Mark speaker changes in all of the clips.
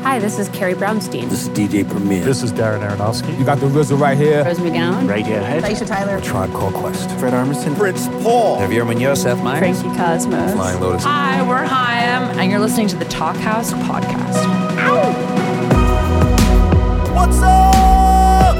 Speaker 1: Hi, this is Carrie Brownstein.
Speaker 2: This is DJ Premier.
Speaker 3: This is Darren Aronofsky.
Speaker 4: You got the RZA right here.
Speaker 1: Rose McGowan.
Speaker 2: Radiohead.
Speaker 5: Aisha Tyler.
Speaker 2: Tribe Called Quest.
Speaker 6: Fred Armisen.
Speaker 2: Prince Paul.
Speaker 6: Javier Munoz. Seth Meyers.
Speaker 1: Frankie Cosmos.
Speaker 6: Flying Lotus.
Speaker 7: Hi, we're Chaim, and you're listening to the Talk House podcast.
Speaker 6: What's up?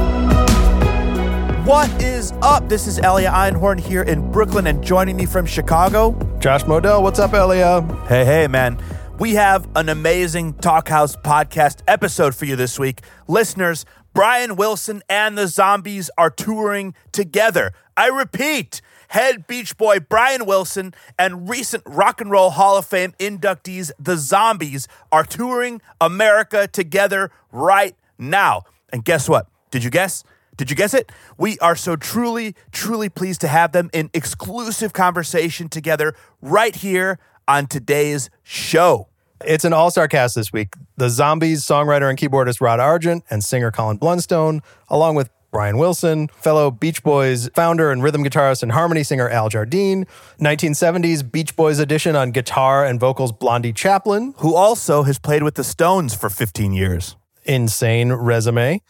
Speaker 6: What is up? This is Elia Einhorn here in Brooklyn, and joining me from Chicago,
Speaker 8: Josh Modell, what's up, Elia?
Speaker 6: Hey, hey, man. We have an amazing Talk House podcast episode for you this week. Listeners, Brian Wilson and the Zombies are touring together. I repeat, head Beach Boy Brian Wilson and recent Rock and Roll Hall of Fame inductees, the Zombies, are touring America together right now. And guess what? Did you guess? Did you guess it? We are so truly, truly pleased to have them in exclusive conversation together right here on today's show.
Speaker 8: It's an all star cast this week. The Zombies songwriter and keyboardist Rod Argent and singer Colin Blunstone, along with Brian Wilson, fellow Beach Boys founder and rhythm guitarist and harmony singer Al Jardine, 1970s Beach Boys edition on guitar and vocals Blondie Chaplin,
Speaker 6: Who also has played with the Stones for 15 years.
Speaker 8: insane resume.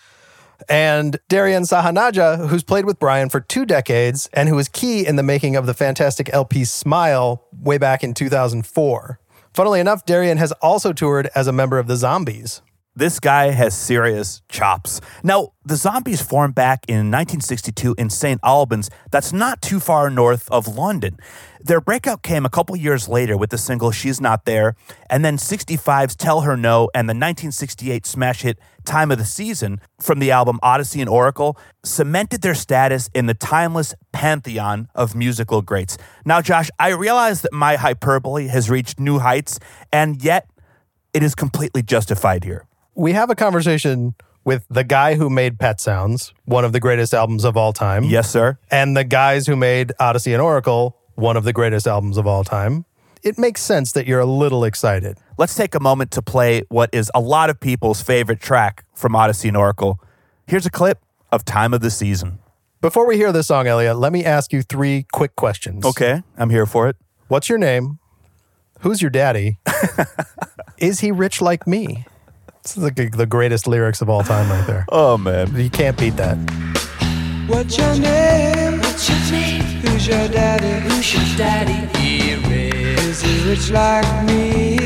Speaker 8: And Darian Sahanaja, who's played with Brian for two decades and who was key in the making of the fantastic LP Smile way back in 2004. Funnily enough, Darian has also toured as a member of the Zombies.
Speaker 6: This guy has serious chops. Now, the Zombies formed back in 1962 in St. Albans, that's not too far north of London. Their breakout came a couple years later with the single She's Not There, and then 65's Tell Her No and the 1968 smash hit Time of the Season from the album Odyssey and Oracle cemented their status in the timeless pantheon of musical greats. Now, Josh, I realize that my hyperbole has reached new heights, and yet it is completely justified here.
Speaker 8: We have a conversation with the guy who made Pet Sounds, one of the greatest albums of all time.
Speaker 6: Yes, sir.
Speaker 8: and the guys who made Odyssey and Oracle, one of the greatest albums of all time, it makes sense that you're a little excited.
Speaker 6: Let's take a moment to play what is a lot of people's favorite track from Odyssey and Oracle. Here's a clip of Time of the Season.
Speaker 8: Before we hear this song, Elliot, let me ask you three quick questions.
Speaker 6: Okay, I'm here for it.
Speaker 8: What's your name? Who's your daddy? Is he rich like me? It's like the greatest lyrics of all time right there.
Speaker 6: Oh, man.
Speaker 8: You can't beat that.
Speaker 9: What's your name? What's your name? Who's your daddy? Who's your daddy? Here is. Is he rich like me?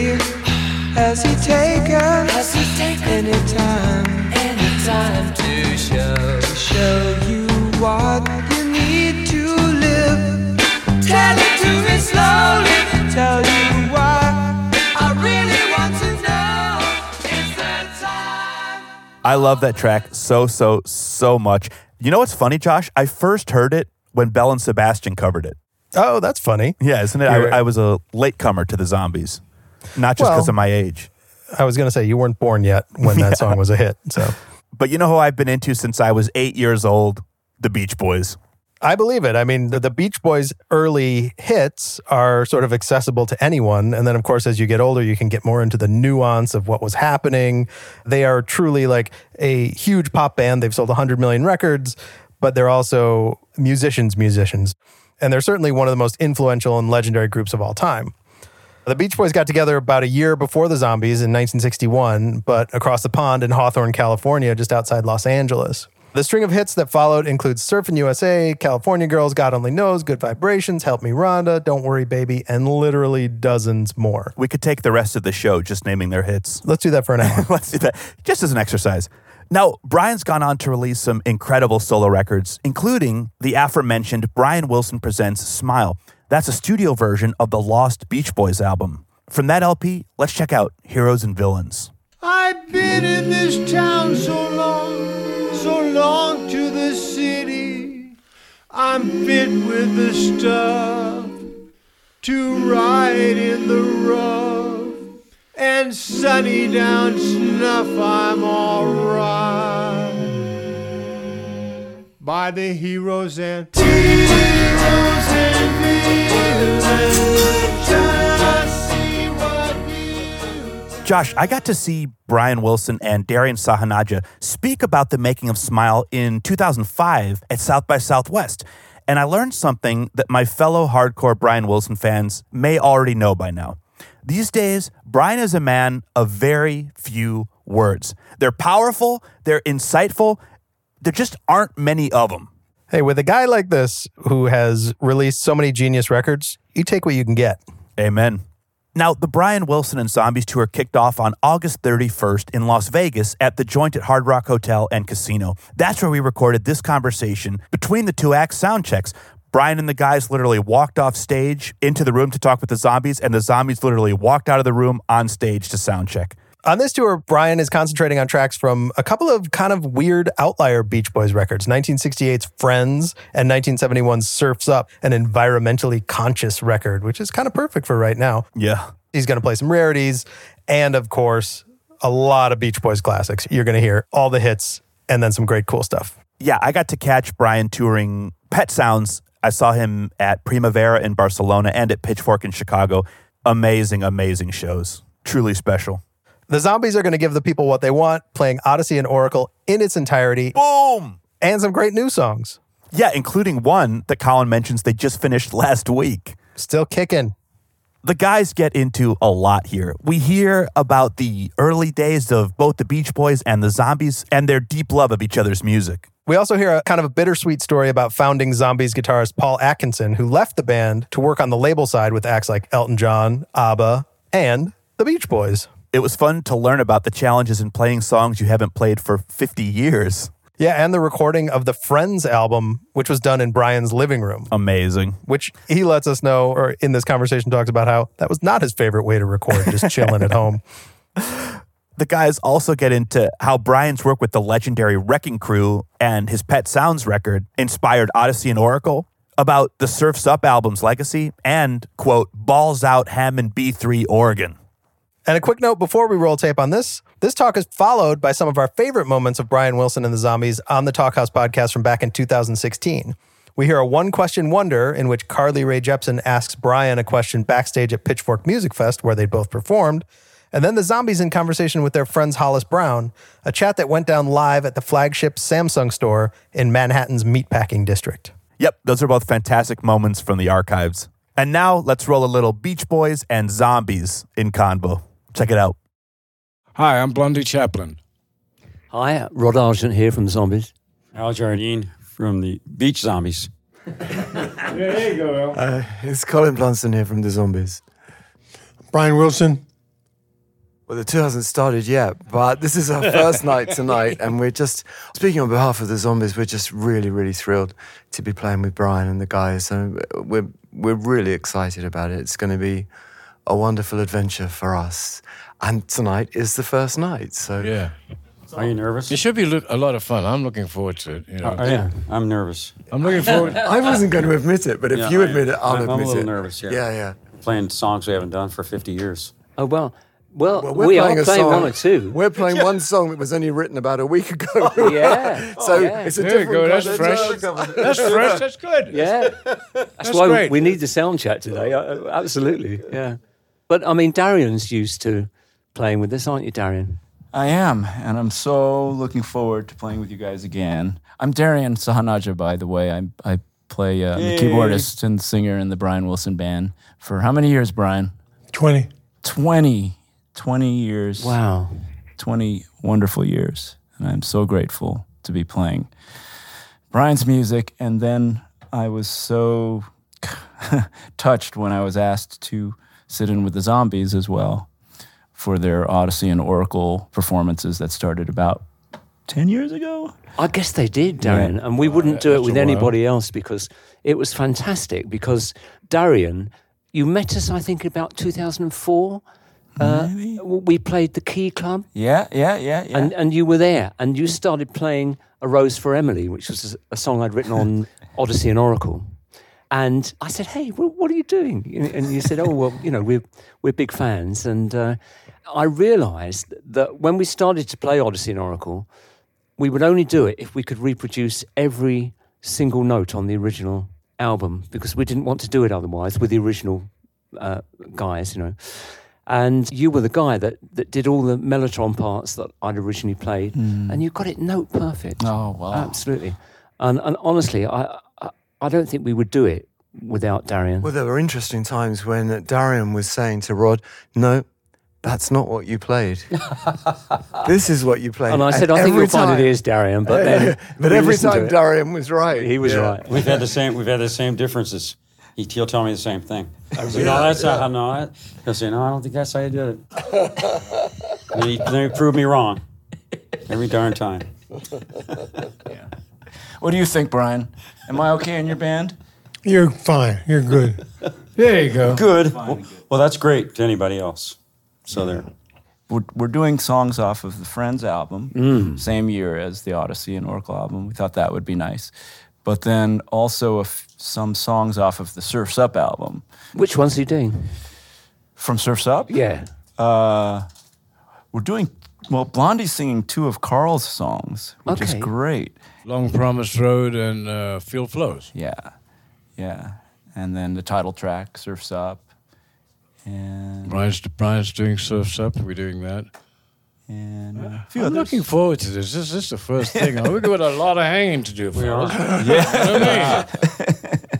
Speaker 9: Has he taken? Has he taken any time? Any time to show? To show you what you need to live. Tell it to me slowly. Tell you why. I really want to know. It's the time.
Speaker 6: I love that track so, so, so much. You know what's funny, Josh? I first heard it when Bell and Sebastian covered it.
Speaker 8: Oh, that's funny.
Speaker 6: Yeah, isn't it?
Speaker 8: You're-
Speaker 6: I, I was a latecomer to the zombies, not just because
Speaker 8: Well-
Speaker 6: of my age.
Speaker 8: I was going to say you weren't born yet when that song was a hit. So
Speaker 6: But you know who I've been into since I was eight years old? The Beach Boys.
Speaker 8: I believe it. I mean, the, the Beach Boys' early hits are sort of accessible to anyone. And then, of course, as you get older, you can get more into the nuance of what was happening. They are truly like a huge pop band. They've sold 100 million records, but they're also musicians, musicians. And they're certainly one of the most influential and legendary groups of all time. The Beach Boys got together about a year before the Zombies in 1961, but across the pond in Hawthorne, California, just outside Los Angeles. The string of hits that followed includes Surfin' USA, California Girls, God Only Knows, Good Vibrations, Help Me Rhonda, Don't Worry Baby, and literally dozens more.
Speaker 6: We could take the rest of the show just naming their hits.
Speaker 8: Let's do that for an hour.
Speaker 6: Let's do that just as an exercise. Now, Brian's gone on to release some incredible solo records, including the aforementioned Brian Wilson Presents Smile. That's a studio version of the Lost Beach Boys album. From that LP, let's check out Heroes and Villains.
Speaker 9: I've been in this town so long, so long to the city. I'm fit with the stuff to ride in the rough. And sunny down snuff, I'm alright. By the heroes and heroes and villains, just see what we do.
Speaker 6: Josh, I got to see Brian Wilson and Darian Sahanaja speak about the making of Smile in 2005 at South by Southwest. And I learned something that my fellow hardcore Brian Wilson fans may already know by now. These days, Brian is a man of very few words. They're powerful, they're insightful. There just aren't many of them.
Speaker 8: Hey, with a guy like this who has released so many genius records, you take what you can get.
Speaker 6: Amen. Now, the Brian Wilson and Zombies tour kicked off on August 31st in Las Vegas at the joint at Hard Rock Hotel and Casino. That's where we recorded this conversation between the two act sound checks. Brian and the guys literally walked off stage into the room to talk with the zombies, and the zombies literally walked out of the room on stage to sound check.
Speaker 8: On this tour, Brian is concentrating on tracks from a couple of kind of weird outlier Beach Boys records 1968's Friends and 1971's Surf's Up, an environmentally conscious record, which is kind of perfect for right now.
Speaker 6: Yeah.
Speaker 8: He's going to play some rarities and, of course, a lot of Beach Boys classics. You're going to hear all the hits and then some great cool stuff.
Speaker 6: Yeah, I got to catch Brian touring Pet Sounds. I saw him at Primavera in Barcelona and at Pitchfork in Chicago. Amazing, amazing shows. Truly special.
Speaker 8: The zombies are going to give the people what they want, playing Odyssey and Oracle in its entirety
Speaker 6: Boom!
Speaker 8: and some great new songs.
Speaker 6: Yeah, including one that Colin mentions they just finished last week.
Speaker 8: Still kicking.
Speaker 6: The guys get into a lot here. We hear about the early days of both the Beach Boys and the Zombies and their deep love of each other's music.
Speaker 8: We also hear a kind of a bittersweet story about founding Zombies guitarist Paul Atkinson, who left the band to work on the label side with acts like Elton John, ABBA, and the Beach Boys.
Speaker 6: It was fun to learn about the challenges in playing songs you haven't played for 50 years.
Speaker 8: Yeah, and the recording of the Friends album, which was done in Brian's living room,
Speaker 6: Amazing.
Speaker 8: which he lets us know, or in this conversation talks about how that was not his favorite way to record, just chilling at home.
Speaker 6: The guys also get into how Brian's work with the legendary Wrecking Crew and his Pet Sounds record inspired Odyssey and Oracle, about the Surf's Up album's legacy, and, quote, balls out Hammond B3 Oregon.
Speaker 8: And a quick note before we roll tape on this this talk is followed by some of our favorite moments of Brian Wilson and the Zombies on the Talk House podcast from back in 2016. We hear a one question wonder in which Carly Ray Jepsen asks Brian a question backstage at Pitchfork Music Fest, where they both performed. And then the Zombies in conversation with their friends Hollis Brown, a chat that went down live at the flagship Samsung store in Manhattan's meatpacking district.
Speaker 6: Yep, those are both fantastic moments from the archives. And now let's roll a little Beach Boys and Zombies in combo. Check it out.
Speaker 10: Hi, I'm Blondie Chaplin.
Speaker 11: Hi, uh, Rod Argent here from the Zombies.
Speaker 10: Al Jardine from the Beach Zombies.
Speaker 4: It's Colin Blunson here from The Zombies.
Speaker 5: Brian Wilson.
Speaker 4: Well, the tour hasn't started yet, but this is our first night tonight, and we're just speaking on behalf of The Zombies. We're just really, really thrilled to be playing with Brian and the guys, and we're we're really excited about it. It's going to be a wonderful adventure for us, and tonight is the first night, so
Speaker 5: Yeah.
Speaker 12: Are you nervous?
Speaker 5: It should be lo- a lot of fun. I'm looking forward to it. You know.
Speaker 12: Oh, yeah, I'm nervous.
Speaker 5: I'm looking forward.
Speaker 4: I wasn't going to admit it, but if
Speaker 12: Yeah,
Speaker 4: you
Speaker 12: I-
Speaker 4: admit it, I'll
Speaker 12: I'm- I'm a
Speaker 4: admit
Speaker 12: little
Speaker 4: it.
Speaker 12: nervous, yeah.
Speaker 4: yeah, yeah.
Speaker 12: Playing songs we haven't done for 50 years.
Speaker 11: Oh, well, well,
Speaker 4: we're
Speaker 11: we
Speaker 4: playing
Speaker 11: are
Speaker 4: a
Speaker 11: playing
Speaker 4: song.
Speaker 11: one or two.
Speaker 4: We're playing one song that was only written about a week ago.
Speaker 11: Yeah. Oh,
Speaker 4: so
Speaker 11: yeah.
Speaker 4: it's a
Speaker 5: There you
Speaker 4: different
Speaker 5: go. That's
Speaker 4: kind of
Speaker 5: fresh.
Speaker 4: drug.
Speaker 5: That's fresh. That's good.
Speaker 11: yeah. That's, why
Speaker 5: great.
Speaker 11: we need the sound chat today. Uh, uh, Absolutely. Yeah. But I mean, Darian's used to playing with this, aren't you, Darian?
Speaker 13: I am, and I'm so looking forward to playing with you guys again. I'm Darian Sahanaja, by the way. I, I play uh, I'm the keyboardist and singer in the Brian Wilson Band for how many years, Brian?
Speaker 5: 20.
Speaker 13: 20. 20 years.
Speaker 11: Wow.
Speaker 13: 20 wonderful years. And I'm so grateful to be playing Brian's music. And then I was so touched when I was asked to sit in with the zombies as well for their Odyssey and Oracle performances that started about 10 years ago.
Speaker 11: I guess they did, Darian, and we wouldn't do it with
Speaker 5: a while.
Speaker 11: anybody else because it was fantastic. Because Darian, you met us, I think, about 2004. Uh, w- we played the Key Club,
Speaker 13: Yeah, yeah, yeah, yeah.
Speaker 11: and, and you were there, and you started playing "A Rose for Emily," which was a song I'd written on Odyssey and Oracle. And I said, "Hey, wh- what are you doing?" And- And you said, "Oh, well, you know, we're we're big fans." And uh, I realised that when we started to play Odyssey and Oracle, we would only do it if we could reproduce every single note on the original album because we didn't want to do it otherwise with the original uh, guys, you know. And you were the guy that, that did all the Mellotron parts that I'd originally played, and you got it note perfect.
Speaker 13: Hmm. oh, wow.
Speaker 11: Absolutely. And, and honestly, I, I, I don't think we would do it without Darian.
Speaker 4: Well, there were interesting times when Darian was saying to Rod, No, that's not what you played. this is what you played.
Speaker 11: And I said, I think
Speaker 4: every
Speaker 11: you'll find
Speaker 4: time-
Speaker 11: it is Darian, but then
Speaker 4: But
Speaker 11: we
Speaker 4: every
Speaker 11: listened to
Speaker 4: time
Speaker 11: it.
Speaker 4: Darian was right.
Speaker 11: He was
Speaker 4: Yeah.
Speaker 11: right.
Speaker 12: We've had the same. We've had the same differences. He, he'll tell me the same thing. I'll say,
Speaker 11: Yeah,
Speaker 12: no, that's
Speaker 11: yeah.
Speaker 12: not how. No, I-" he'll say, no, I don't think that's how you did it. and he, then he proved me wrong every darn time.
Speaker 13: What do you think, Brian? Am I okay in your band?
Speaker 5: You're fine. You're good.
Speaker 13: There you go.
Speaker 12: Good. Well, well, that's great to anybody else. So there.
Speaker 13: We're, we're doing songs off of the Friends album,
Speaker 12: Mm.
Speaker 13: same year as the Odyssey and Oracle album. We thought that would be nice. But then also a f- some songs off of the Surf's Up album.
Speaker 11: Which ones are you doing?
Speaker 13: From Surf's Up?
Speaker 11: Yeah.
Speaker 13: Uh, we're doing, well, Blondie's singing two of Carl's songs, which is
Speaker 5: Okay.
Speaker 13: great.
Speaker 5: Long Promised Road and uh, Field Flows.
Speaker 13: Yeah. Yeah. And then the title track, Surf's Up. And
Speaker 5: Brian's, Brian's doing Surf's Up. We're doing that.
Speaker 13: And uh,
Speaker 5: I'm looking forward to this. This, this is the first thing. We've got a lot of hanging to do. We
Speaker 12: are.
Speaker 5: Yeah.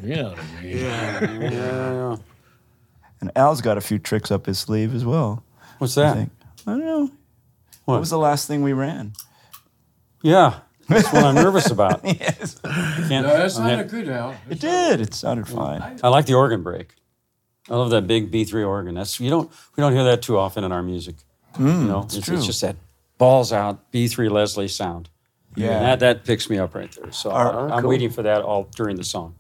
Speaker 5: You know what I mean?
Speaker 12: Yeah.
Speaker 13: And Al's got a few tricks up his sleeve as well.
Speaker 12: What's that?
Speaker 13: I, think. I don't know. What? was the last thing we ran?
Speaker 12: Yeah. That's what I'm nervous about.
Speaker 13: yes.
Speaker 12: Can't-
Speaker 5: No, that's
Speaker 12: I'm
Speaker 5: not a
Speaker 12: hit-
Speaker 5: good out.
Speaker 13: It did. It sounded fine.
Speaker 12: I like the organ break. I love that big B3 organ. That's you don't we don't hear that too often in our music.
Speaker 13: Mm,
Speaker 12: you know,
Speaker 13: it's
Speaker 12: it's,
Speaker 13: true.
Speaker 12: it's just that balls out B3 Leslie sound.
Speaker 13: Yeah.
Speaker 12: And that that picks me up right there. So
Speaker 13: Our-
Speaker 12: I, am
Speaker 13: cool.
Speaker 12: waiting for that all during the song.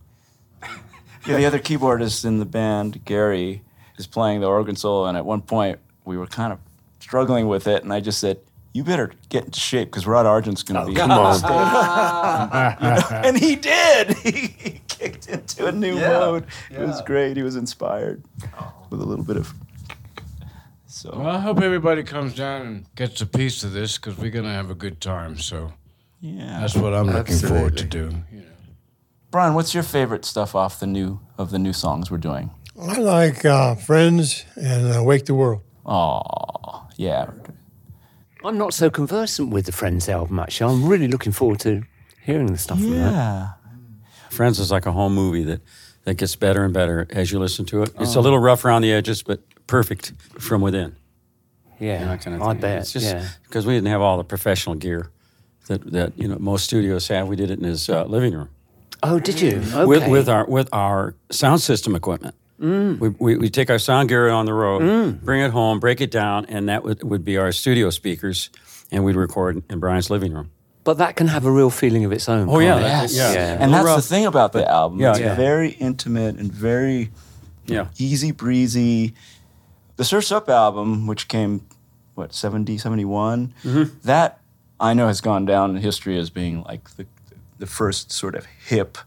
Speaker 13: Yeah, the other keyboardist in the band, Gary, is playing the organ solo, and at one point we were kind of struggling with it, and I just said, "You better get in shape because Rod Argent's going to be
Speaker 14: Oh, come
Speaker 13: on
Speaker 14: on.
Speaker 13: stage." You know, and he did. He kicked into a new
Speaker 14: Yeah, Oh.
Speaker 13: mode. It was great. He was inspired with a little bit of. So
Speaker 5: Well, I hope everybody comes down and gets a piece of this because we're going to have a good time. So
Speaker 13: yeah,
Speaker 5: that's what I'm looking forward to do.
Speaker 13: Brian, what's your favorite stuff off the new of the new songs we're doing?
Speaker 5: I like uh, Friends and uh, Wake the World.
Speaker 13: Oh, yeah.
Speaker 11: I'm not so conversant with the Friends album, actually. I'm really looking forward to hearing the stuff from that.
Speaker 12: Friends is like a home movie that that gets better and better as you listen to it. It's a little rough around the edges, but perfect from within.
Speaker 11: Yeah,
Speaker 12: that kind of
Speaker 11: I
Speaker 12: thing.
Speaker 11: bet,
Speaker 12: It's just
Speaker 11: yeah.
Speaker 12: because we didn't have all the professional gear that that you know most studios have. We did it in his uh, living room.
Speaker 11: Oh, did you? Okay.
Speaker 12: with, with our with our sound system equipment.
Speaker 11: Mm.
Speaker 12: We, we, we take our sound gear on the road, bring it home, break it down, and that would, would be our studio speakers, and we'd record in Brian's living room.
Speaker 11: But that can have a real feeling of its own.
Speaker 12: Oh, yeah,
Speaker 11: can't it?
Speaker 12: that's- yeah. Yeah.
Speaker 13: And that's
Speaker 12: Rough,
Speaker 13: the thing about the album.
Speaker 12: yeah,
Speaker 13: it's
Speaker 12: yeah.
Speaker 13: very intimate and very
Speaker 12: Yeah.
Speaker 13: easy breezy. The Surf's Up album, which came, what, 70, 71, that I know has gone down in history as being like the, the first sort of hip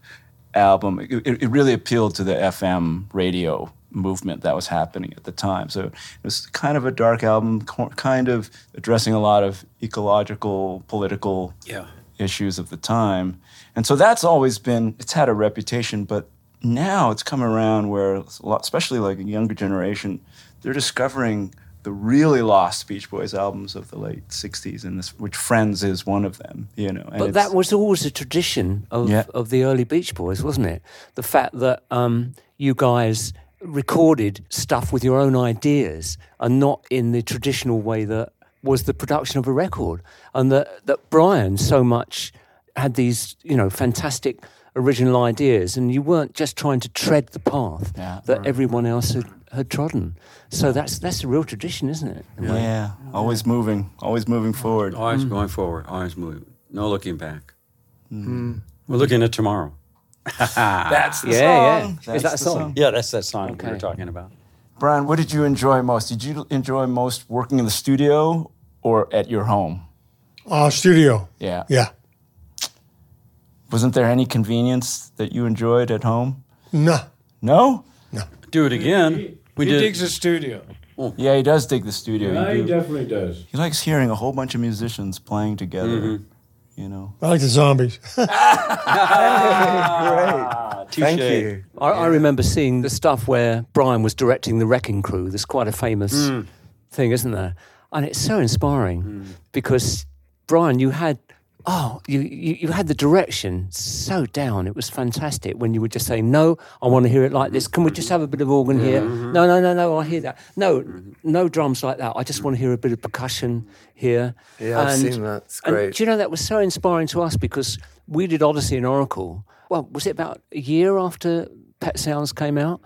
Speaker 13: album. It, it- it really appealed to the FM radio movement that was happening at the time. So it was kind of a dark album, co- kind of addressing a lot of ecological, political
Speaker 12: Yeah.
Speaker 13: issues of the time. And so that's always been, it's had a reputation, but now it's come around where, it's a lot- especially like a younger generation, they're discovering the really lost Beach Boys albums of the late 60s, and this, which Friends is one of them, you know. And
Speaker 11: But
Speaker 13: it's-
Speaker 11: that was always a tradition of,
Speaker 13: Yeah.
Speaker 11: of the early Beach Boys, wasn't it? The fact that um, you guys recorded stuff with your own ideas and not in the traditional way that was the production of a record. And that, that Brian so much had these, you know, fantastic original ideas and you weren't just trying to tread the path
Speaker 13: Yeah.
Speaker 11: that everyone else had, had trodden. So that's that's a real tradition, isn't it? in a way?
Speaker 13: yeah, always moving, always moving forward.
Speaker 12: Always going forward, always moving, no looking back. We're looking at tomorrow.
Speaker 13: That's the
Speaker 11: Yeah,
Speaker 13: song.
Speaker 11: yeah. Is that a
Speaker 13: That's the
Speaker 11: song?
Speaker 12: Yeah, that's that song we
Speaker 11: Okay.
Speaker 12: were talking about.
Speaker 13: Brian, what did you enjoy most? Did you enjoy most working in the studio or at your home?
Speaker 5: Uh, studio.
Speaker 13: Yeah.
Speaker 5: Yeah.
Speaker 13: Wasn't there any convenience that you enjoyed at home?
Speaker 5: No.
Speaker 13: No?
Speaker 12: Do it again. We
Speaker 5: he
Speaker 12: did.
Speaker 5: digs a studio.
Speaker 13: Yeah, he does dig the studio. You do.
Speaker 5: definitely does.
Speaker 13: He likes hearing a whole bunch of musicians playing together.
Speaker 11: Mm-hmm.
Speaker 13: You know,
Speaker 5: I like the zombies.
Speaker 4: Thank you.
Speaker 11: I, I remember seeing the stuff where Brian was directing the Wrecking Crew. There's quite a famous
Speaker 4: Hmm.
Speaker 11: thing, isn't there? And it's so inspiring because Brian, you had oh, you, you, you had the direction so down. It was fantastic when you were just saying, no, I want to hear it like this. Can we just have a bit of organ here?
Speaker 4: Mm-hmm.
Speaker 11: No, no, no, no, I hear that. No, no drums like that. I just want to hear a bit of percussion here.
Speaker 4: Yeah, I've seen that. It's
Speaker 11: and
Speaker 4: great.
Speaker 11: do you know, that was so inspiring to us because we did Odyssey and Oracle. Well, was it about a year after Pet Sounds came out?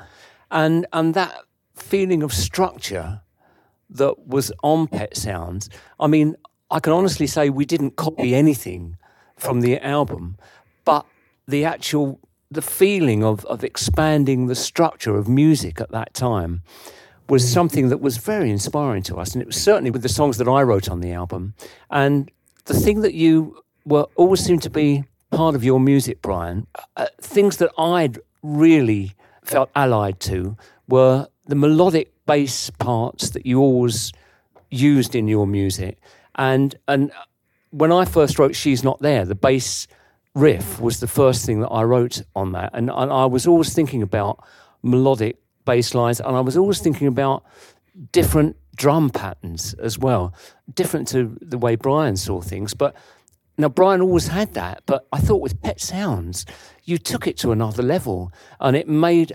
Speaker 11: And, and that feeling of structure that was on Pet Sounds. I mean, I can honestly say we didn't copy anything from the album, but the actual the feeling of of expanding the structure of music at that time was something that was very inspiring to us, and it was certainly with the songs that I wrote on the album. And the thing that you were always seemed to be part of your music, Brian, uh, things that I'd really felt allied to were the melodic bass parts that you always used in your music. And and when I first wrote "She's Not There," the bass riff was the first thing that I wrote on that, and, and I was always thinking about melodic bass lines, and I was always thinking about different drum patterns as well, different to the way Brian saw things, but. Now, Brian always had that, but I thought with Pet Sounds, you took it to another level and it made,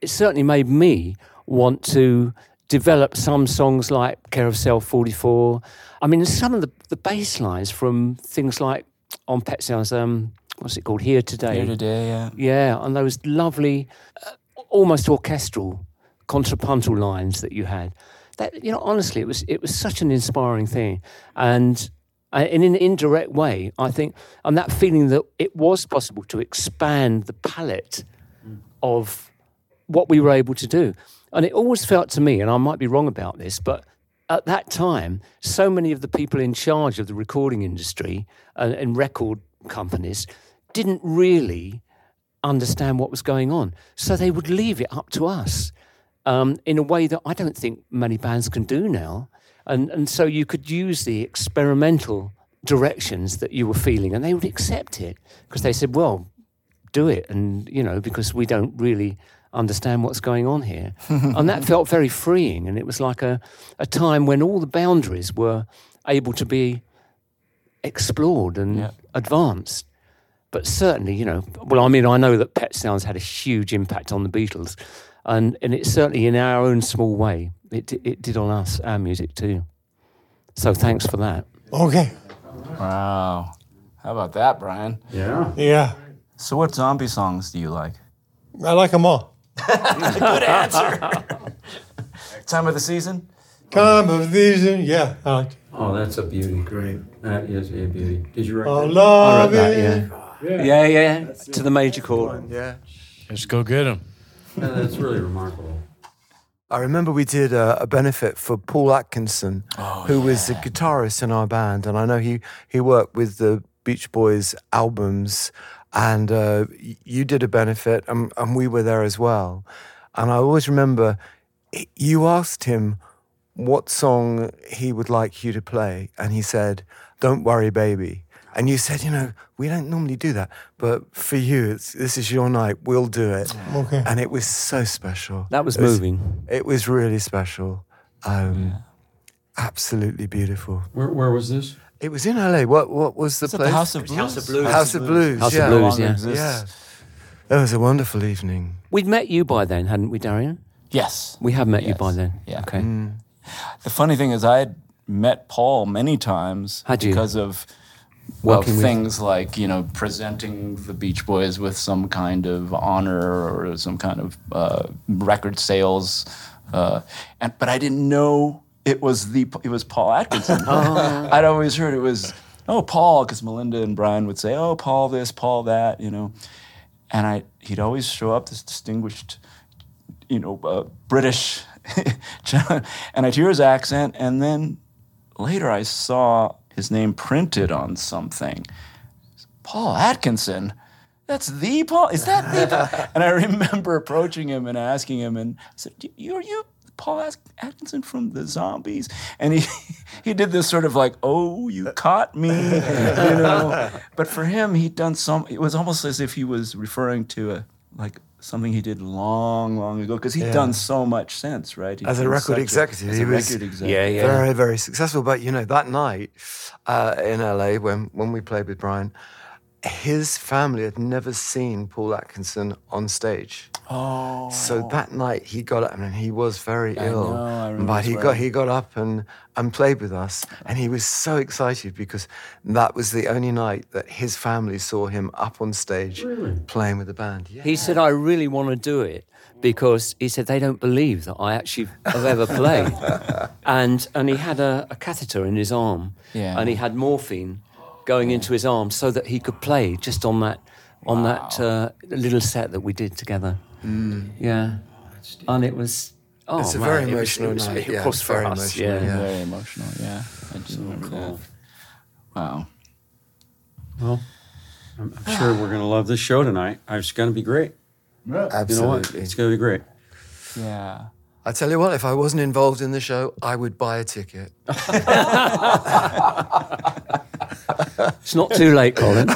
Speaker 11: it certainly made me want to develop some songs like Care of Self 44. I mean, some of the, the bass lines from things like on Pet Sounds, um, what's it called? Here Today.
Speaker 13: Here today, yeah.
Speaker 11: Yeah, and those lovely, uh, almost orchestral, contrapuntal lines that you had. That you know, honestly, it was it was such an inspiring thing, and uh, in an indirect way, I think, and that feeling that it was possible to expand the palette of what we were able to do, and it always felt to me, and I might be wrong about this, but at that time, so many of the people in charge of the recording industry and, and record companies didn't really understand what was going on. So they would leave it up to us um, in a way that I don't think many bands can do now. And, and so you could use the experimental directions that you were feeling, and they would accept it because they said, well, do it. And, you know, because we don't really understand what's going on here. and that felt very freeing. And it was like a, a time when all the boundaries were able to be explored and advanced. But certainly, you know, well, I mean, I know that Pet Sounds had a huge impact on the Beatles, and and it certainly, in our own small way, it di- it did on us, our music too. So thanks for that.
Speaker 13: Okay. Wow. Oh, How about that, Brian? Yeah.
Speaker 15: Yeah.
Speaker 13: So, what zombie songs do you like?
Speaker 15: I like them all.
Speaker 13: Good answer. Time of the season?
Speaker 15: Come of these, and yeah, I like
Speaker 12: Oh, that's a beauty. Great. That is a beauty. Did you write
Speaker 15: Oh,
Speaker 12: that?
Speaker 15: love
Speaker 12: I wrote that,
Speaker 15: it.
Speaker 12: yeah.
Speaker 11: Yeah, yeah. To the major chord.
Speaker 4: Yeah.
Speaker 16: Let's go get him.
Speaker 12: that's really remarkable.
Speaker 4: I remember we did a, a benefit for Paul Atkinson,
Speaker 13: Oh,
Speaker 4: who was the guitarist in our band, and I know he he worked with the Beach Boys albums, and uh, y- you did a benefit, and, and we were there as well. And I always remember i- you asked him what song he would like you to play, and he said, "Don't worry, baby." And you said, "You know, we don't normally do that, but for you, it's, this is your night. We'll do it."
Speaker 15: Okay.
Speaker 4: And it was so special.
Speaker 11: That was
Speaker 4: It
Speaker 11: moving.
Speaker 4: It was really special. Um, Absolutely beautiful.
Speaker 12: Where, where was this?
Speaker 4: It was in LA. What what was the
Speaker 13: Is it the
Speaker 4: place?
Speaker 13: House of It was House Blues? of Blues.
Speaker 4: House of Blues.
Speaker 11: House of
Speaker 4: yeah.
Speaker 11: Blues, No longer yeah. exists.
Speaker 4: Yeah. That was a wonderful evening.
Speaker 11: We'd met you by then, hadn't we, Darian?
Speaker 13: Yes.
Speaker 11: We have met you by then.
Speaker 13: Yeah.
Speaker 11: Okay.
Speaker 4: Mm,
Speaker 13: The funny thing is, I had met Paul many times
Speaker 11: Had you?
Speaker 13: because of well,
Speaker 11: Working with-
Speaker 13: things like you know presenting the Beach Boys with some kind of honor or some kind of uh, record sales, uh, and but I didn't know it was the it was Paul Atkinson. I'd always heard it was oh Paul because Melinda and Brian would say oh Paul this Paul that you know, and I he'd always show up this distinguished you know, uh, British, and I'd hear his accent. And then later I saw his name printed on something. Paul Atkinson. That's the Paul. Is that the Paul? and I remember approaching him and asking him, and I said, "You- "You are you Paul At- Atkinson from the Zombies?" And he he did this sort of like, "Oh, you caught me," you know. But for him, he'd done some. It was almost as if he was referring to a like something he did long, long ago because he'd
Speaker 4: Yeah.
Speaker 13: done so much since, right? He'd
Speaker 4: as a
Speaker 13: been
Speaker 4: record
Speaker 13: such
Speaker 4: executive,
Speaker 13: as
Speaker 4: he
Speaker 13: a
Speaker 4: was
Speaker 13: record executive.
Speaker 4: very, very successful. But you know, that night uh, in LA when when we played with Brian, his family had never seen Paul Atkinson on stage.
Speaker 13: Oh,
Speaker 4: So that night he got up and he was very
Speaker 13: I
Speaker 4: ill,
Speaker 13: know, I remember
Speaker 4: but
Speaker 13: as
Speaker 4: he
Speaker 13: well.
Speaker 4: got he got up and and played with us, and he was so excited because that was the only night that his family saw him up on stage playing with the band. Yeah.
Speaker 11: He said, I really want to do it because he said they don't believe that I actually have ever played. and, and he had a, a catheter in his arm
Speaker 13: Yeah.
Speaker 11: and he had morphine going into his arm so that he could play just on that, on that uh, little set that we did together. Yeah. And it was. Oh,
Speaker 4: It's a
Speaker 11: man,
Speaker 4: very
Speaker 11: it was-
Speaker 4: emotional
Speaker 11: it was,
Speaker 4: night,
Speaker 11: It
Speaker 4: yeah,
Speaker 11: was for
Speaker 4: very
Speaker 11: us,
Speaker 4: emotional,
Speaker 11: yeah.
Speaker 13: Very emotional. Yeah, I do
Speaker 12: Mm,
Speaker 13: remember that. Wow.
Speaker 12: Well, I'm, I'm sure we're going to love this show tonight. Uh, It's going to be great. You know what?
Speaker 4: Absolutely.
Speaker 12: It's going to be great.
Speaker 13: Yeah.
Speaker 4: I tell you what, if I wasn't involved in the show, I would buy a ticket.
Speaker 11: It's not too late, Colin.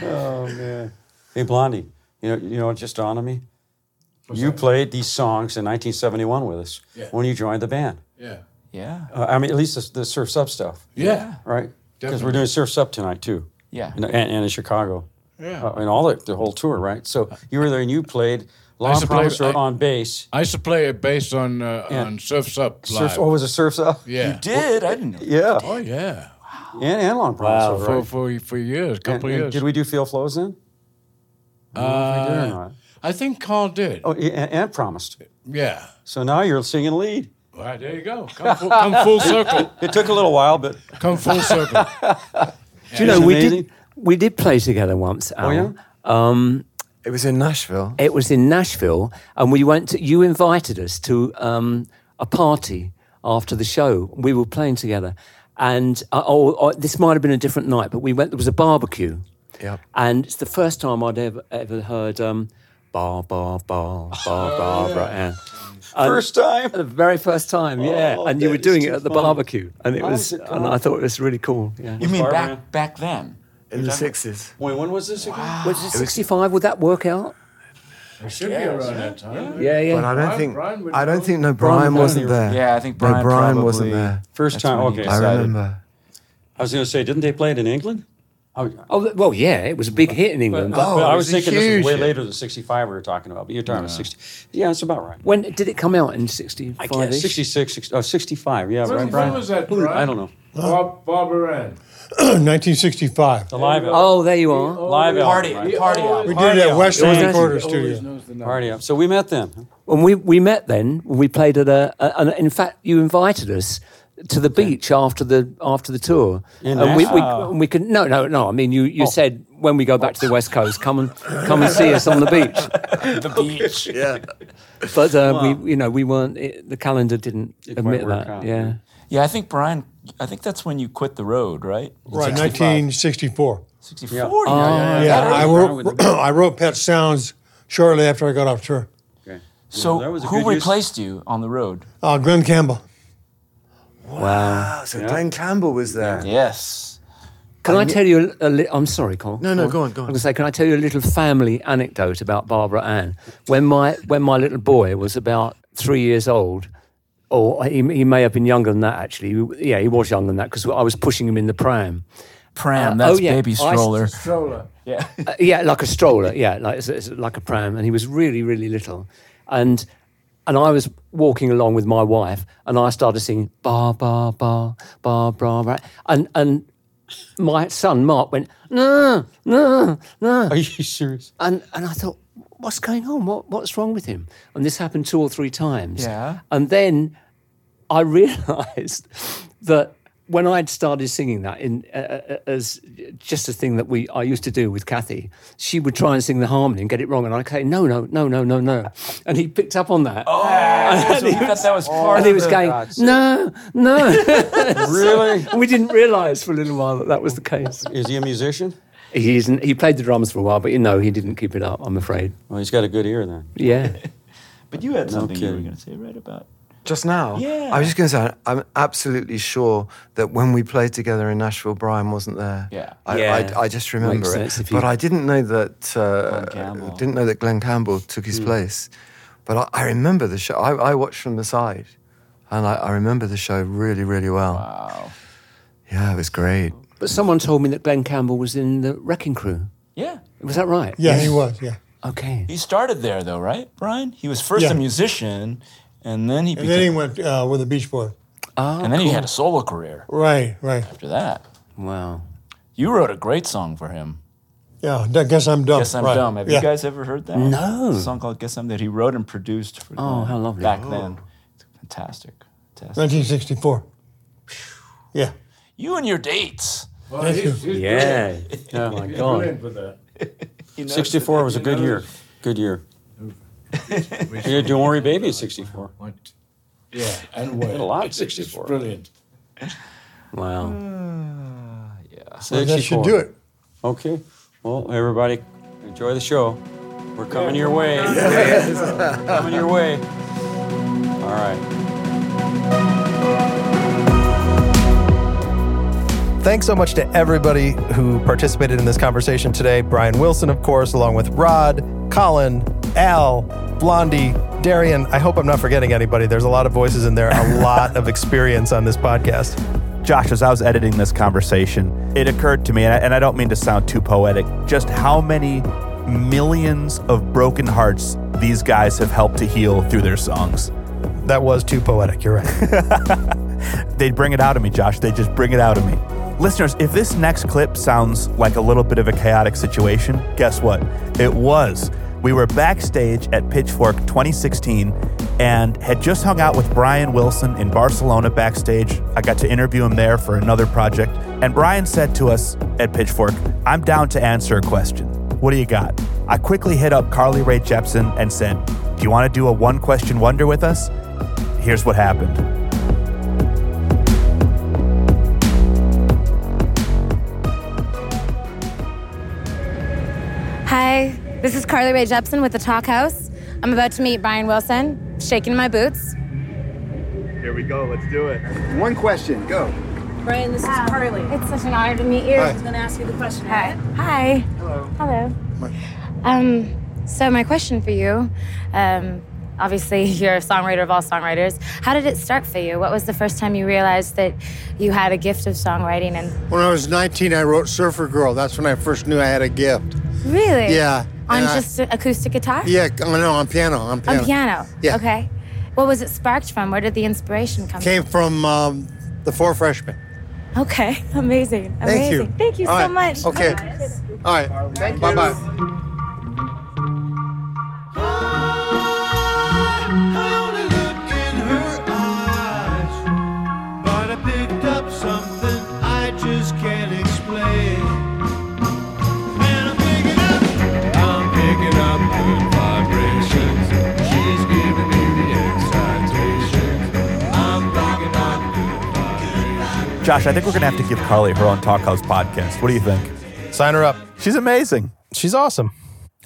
Speaker 12: Oh man. Hey Blondie, you know you know what just dawned on me? you played these songs in 1971 with us
Speaker 5: Yeah.
Speaker 12: when you joined the band.
Speaker 5: Yeah.
Speaker 13: Yeah.
Speaker 12: Uh, I mean, at least the, the Surf's Up stuff,
Speaker 5: Yeah.
Speaker 12: right? Because we're
Speaker 5: Definitely.
Speaker 12: doing Surf's Up tonight too.
Speaker 13: Yeah.
Speaker 12: And, and, and in Chicago.
Speaker 5: Yeah. Uh,
Speaker 12: Uh, and all the, the whole tour, right? So you were there and you played
Speaker 5: I
Speaker 12: Long
Speaker 5: used to play-
Speaker 12: Promise Road
Speaker 5: I-
Speaker 12: on bass.
Speaker 5: I used to play it based on uh,
Speaker 12: Yeah.
Speaker 5: on Surf's Up live.
Speaker 12: Surf's, oh, was it Surf's Up?
Speaker 5: yeah.
Speaker 13: You did? I didn't know.
Speaker 12: Yeah.
Speaker 5: Oh yeah.
Speaker 12: And, and Long Promise Road,
Speaker 5: for,
Speaker 12: right?
Speaker 5: for for years,
Speaker 12: And-
Speaker 5: couple
Speaker 12: and
Speaker 5: years.
Speaker 12: Did we do Feel Flows then? I don't know if we did or
Speaker 5: Uh,
Speaker 12: not.
Speaker 5: I think Carl did.
Speaker 12: Oh, yeah, and, and Promised.
Speaker 5: Yeah.
Speaker 12: So now you're singing lead.
Speaker 5: All right, there you go. Come full, come full circle.
Speaker 12: It took a little while, but
Speaker 5: Come full circle.
Speaker 11: Do you know,
Speaker 12: It's
Speaker 11: we
Speaker 12: amazing.
Speaker 11: did, we did play together once,
Speaker 4: Oh,
Speaker 11: Al.
Speaker 12: yeah?
Speaker 11: Um,
Speaker 4: It was in Nashville.
Speaker 11: It was in Nashville, and we went. To, you invited us to um, a party after the show. We were playing together, and uh, oh, oh, this might have been a different night, but we went. There was a barbecue,
Speaker 4: Yep.
Speaker 11: and it's the first time I'd ever ever heard um, bar bar bar bar bar. bar yeah. And
Speaker 12: first time.
Speaker 11: the very first time, yeah,
Speaker 12: Oh,
Speaker 11: and you
Speaker 12: that
Speaker 11: were
Speaker 12: is
Speaker 11: doing
Speaker 12: too
Speaker 11: it at the
Speaker 12: funny.
Speaker 11: barbecue, and it
Speaker 12: Oh,
Speaker 11: was,
Speaker 12: God.
Speaker 11: and I thought it was really cool. Yeah.
Speaker 13: You mean
Speaker 12: Barbara?
Speaker 13: back back then?
Speaker 4: In the 60s.
Speaker 12: Wait, when was this again?
Speaker 11: Was it sixty-five? Would that work out?
Speaker 5: It should be around that time.
Speaker 11: Yeah, yeah.
Speaker 4: But I don't
Speaker 5: Brian-
Speaker 4: think
Speaker 5: Brian would
Speaker 4: I don't
Speaker 5: know.
Speaker 4: think no
Speaker 12: Brian
Speaker 4: Brian
Speaker 12: would know
Speaker 4: wasn't
Speaker 12: the
Speaker 4: there.
Speaker 13: Yeah, I think
Speaker 4: No,
Speaker 13: Brian.
Speaker 4: Brian
Speaker 13: probably-
Speaker 4: wasn't there.
Speaker 12: First
Speaker 13: that's
Speaker 12: time.
Speaker 13: when he
Speaker 12: Okay.
Speaker 4: I
Speaker 12: I,
Speaker 13: decided.
Speaker 4: remember.
Speaker 12: was going to say, didn't they play it in England? I,
Speaker 11: Oh th- well, yeah, it was a big hit in England.
Speaker 5: uh,
Speaker 11: but-
Speaker 12: but
Speaker 5: Oh,
Speaker 4: it
Speaker 12: I
Speaker 4: was
Speaker 12: was thinking this
Speaker 4: huge.
Speaker 12: was way later than 65 we were talking about, but you're talking about 60. Yeah, it's about right.
Speaker 11: When did it come out in 65
Speaker 12: I guess 66, 60, oh, 65. Yeah,
Speaker 5: When,
Speaker 12: right,
Speaker 5: when
Speaker 12: Brian?
Speaker 5: was that,
Speaker 12: Who-
Speaker 5: Brian?
Speaker 12: I don't know.
Speaker 5: Bob, Bob Moran.
Speaker 15: 1965.
Speaker 12: The live album.
Speaker 11: Oh, there you are.
Speaker 12: live
Speaker 13: Party,
Speaker 12: album. right?
Speaker 13: party
Speaker 5: always-
Speaker 13: album.
Speaker 15: We did it at
Speaker 11: It
Speaker 15: Westland
Speaker 11: was
Speaker 15: Recorder
Speaker 5: He always
Speaker 15: Studio.
Speaker 5: knows the number.
Speaker 12: Party album. So we met then.
Speaker 11: When we, we met then, we played at a, a, an in fact, you invited us to the beach after the after the tour,
Speaker 12: In Oh.
Speaker 11: and we, we
Speaker 13: Nashville.
Speaker 11: we could no no no. I mean, you, you said when we go back to the west coast, come and come and see us on the beach.
Speaker 13: The beach.
Speaker 4: Yeah.
Speaker 11: But uh, we you know we weren't it, the calendar didn't
Speaker 12: It
Speaker 11: admit
Speaker 12: won't work
Speaker 11: that.
Speaker 12: out.
Speaker 11: Yeah,
Speaker 13: Yeah, I think Brian. I think that's when you quit the road, right?
Speaker 15: Right,
Speaker 13: 65.
Speaker 15: 1964.
Speaker 13: 64.
Speaker 12: Yeah.
Speaker 13: yeah, yeah,
Speaker 15: Yeah, I
Speaker 12: Brown with
Speaker 15: wrote, I wrote Pet Sounds shortly after I got off tour.
Speaker 12: Okay.
Speaker 13: So
Speaker 12: Yeah, that was a
Speaker 13: who
Speaker 12: good use.
Speaker 13: replaced you on the road?
Speaker 15: Uh, Glenn Campbell.
Speaker 4: Wow. So Glenn Campbell was there.
Speaker 13: Yes.
Speaker 11: Can I tell you a, a li- I'm sorry, Cole.
Speaker 4: No, no, go on, go on.
Speaker 11: I'm going to say, can I tell you a little family anecdote about Barbara Ann? When my when my little boy was about three years old, or he, he may have been younger than that actually. Yeah, he was younger than that because I was pushing him in the pram.
Speaker 13: Pram.
Speaker 11: Uh,
Speaker 13: that's
Speaker 11: oh, yeah.
Speaker 13: baby
Speaker 11: I-
Speaker 13: stroller.
Speaker 5: Stroller.
Speaker 13: yeah.
Speaker 11: Uh, yeah, like a stroller. Yeah, like it's, it's like a pram, and he was really, really little, and and I was walking along with my wife, and I started singing ba ba ba ba ba ba, and and my son Mark went no no no,
Speaker 12: Are you serious?
Speaker 11: and and I thought, what's going on? What what's wrong with him? And this happened two or three times.
Speaker 13: Yeah.
Speaker 11: And then I realised that when I'd started singing that in uh, uh, as just a thing that we I used to do with Kathy, she would try and sing the harmony and get it wrong, and I'd say no no no no no no, and he picked up on that. Oh.
Speaker 13: so we thought that was part
Speaker 11: And he
Speaker 13: of
Speaker 11: was
Speaker 13: the-
Speaker 11: going,
Speaker 12: God's sake.
Speaker 11: no, no.
Speaker 12: really?
Speaker 11: we didn't realise for a little while that that was the case.
Speaker 12: Is he a musician?
Speaker 11: He isn't. He played the drums for a while, but you know he didn't keep it up. I'm afraid.
Speaker 12: Well, he's got a good ear then.
Speaker 11: Yeah.
Speaker 13: But you had something you were
Speaker 12: kidding.
Speaker 13: going to say right about
Speaker 4: Just now?
Speaker 2: Yeah.
Speaker 4: I was just going to say, I'm absolutely sure that when we played together in Nashville, Brian wasn't there.
Speaker 2: Yeah.
Speaker 4: I,
Speaker 2: Yeah.
Speaker 4: I, I just remember
Speaker 2: Makes sense
Speaker 4: it.
Speaker 2: if you-
Speaker 4: But I didn't know that uh, didn't know that Glenn Campbell took
Speaker 2: Hmm.
Speaker 4: his place. But I, I remember the show. I, I watched from the side, and I, I remember the show really, really well. Wow. Yeah, it was great.
Speaker 3: But someone told me that Glenn Campbell was in the Wrecking Crew.
Speaker 13: Yeah.
Speaker 3: Was that right?
Speaker 15: Yeah, he was. Yeah.
Speaker 3: Okay.
Speaker 13: He started there though, right, Brian? He was first
Speaker 15: Yeah.
Speaker 13: a musician, and then he
Speaker 15: And then he
Speaker 13: became,
Speaker 15: went uh, with the Beach Boys.
Speaker 13: and then he had a solo career
Speaker 15: Right, right.
Speaker 13: after that.
Speaker 3: Wow.
Speaker 13: You wrote a great song for him.
Speaker 15: Yeah, I guess I'm dumb.
Speaker 13: Guess I'm
Speaker 15: right.
Speaker 13: dumb. Have
Speaker 15: Yeah.
Speaker 13: you guys ever heard that?
Speaker 15: No.
Speaker 13: A song called Guess I'm that he wrote and produced for
Speaker 15: Oh,
Speaker 13: Glenn
Speaker 15: how lovely.
Speaker 13: back
Speaker 15: Oh.
Speaker 13: then. It's fantastic. Fantastic.
Speaker 15: 1964. Yeah.
Speaker 13: You and your dates.
Speaker 5: Well, he's- he's Yeah. brilliant.
Speaker 12: Oh, my
Speaker 5: He's
Speaker 12: God.
Speaker 5: brilliant with that.
Speaker 13: He knows
Speaker 12: 64
Speaker 13: it.
Speaker 12: was a
Speaker 13: He
Speaker 12: good
Speaker 13: knows
Speaker 12: year. Good year.
Speaker 5: We
Speaker 12: You did Don't Worry Baby in 64.
Speaker 5: Yeah, and
Speaker 12: Did
Speaker 5: what?
Speaker 12: a lot in 64.
Speaker 5: Brilliant.
Speaker 12: Wow. Ah, yeah.
Speaker 15: Well, that should do it.
Speaker 12: Okay. Well, everybody, enjoy the show. We're coming your way.
Speaker 2: Yes.
Speaker 12: coming your way. All right.
Speaker 8: Thanks so much to everybody who participated in this conversation today. Brian Wilson, of course, along with Rod, Colin, Al, Blondie, Darian. I hope I'm not forgetting anybody. There's a lot of voices in there, a lot of experience on this podcast.
Speaker 6: Josh, as I was editing this conversation, it occurred to me, and I, and I don't mean to sound too poetic, just how many millions of broken hearts these guys have helped to heal through their songs.
Speaker 8: That was too poetic. You're right.
Speaker 6: They bring it out of me, Josh. They just bring it out of me. Listeners, if this next clip sounds like a little bit of a chaotic situation, guess what? It was. We were backstage at Pitchfork 2016 and had just hung out with Brian Wilson in Barcelona backstage. I got to interview him there for another project. And Brian said to us at Pitchfork, I'm down to answer a question. What do you got? I quickly hit up Carly Rae Jepsen and said, Do you want to do a one question wonder with us? Here's what happened.
Speaker 17: Hi, this is Carly Rae Jepsen with the Talk House. I'm about to meet Brian Wilson, shaking my boots.
Speaker 14: Here we go. Let's do it. One question. Go.
Speaker 17: Brian, this is Carly. It's such an honor to meet you.
Speaker 14: Hi.
Speaker 17: going to ask you the question. Hi. Hi. Hello. Hello. Um, so my question for you, um, obviously you're a songwriter of all songwriters. How did it start for you? What was the first time you realized that you had a gift of songwriting? And
Speaker 15: When I was 19, I wrote Surfer Girl. That's when I first knew I had a gift.
Speaker 17: really,
Speaker 15: Yeah.
Speaker 17: on
Speaker 15: and I-
Speaker 17: just acoustic guitar?
Speaker 15: yeah, I know, on piano. On piano.
Speaker 17: On Oh, piano.
Speaker 15: Yeah.
Speaker 17: Okay. What was it sparked from? Where did the inspiration come
Speaker 15: Came from um, the Four Freshmen.
Speaker 17: from? Okay. Amazing.
Speaker 15: Thank you.
Speaker 17: Amazing. Thank you so
Speaker 15: All right.
Speaker 17: much.
Speaker 15: Okay. All right. Bye bye.
Speaker 14: But I picked up something I just can't explain. And I'm picking up, I'm picking up good vibrations. She's giving me the excitations. I'm picking up good vibrations.
Speaker 6: Josh, I think we're going to have to give Carly her own Talk House podcast. What do you think?
Speaker 8: Sign her up.
Speaker 6: She's amazing.
Speaker 8: She's awesome.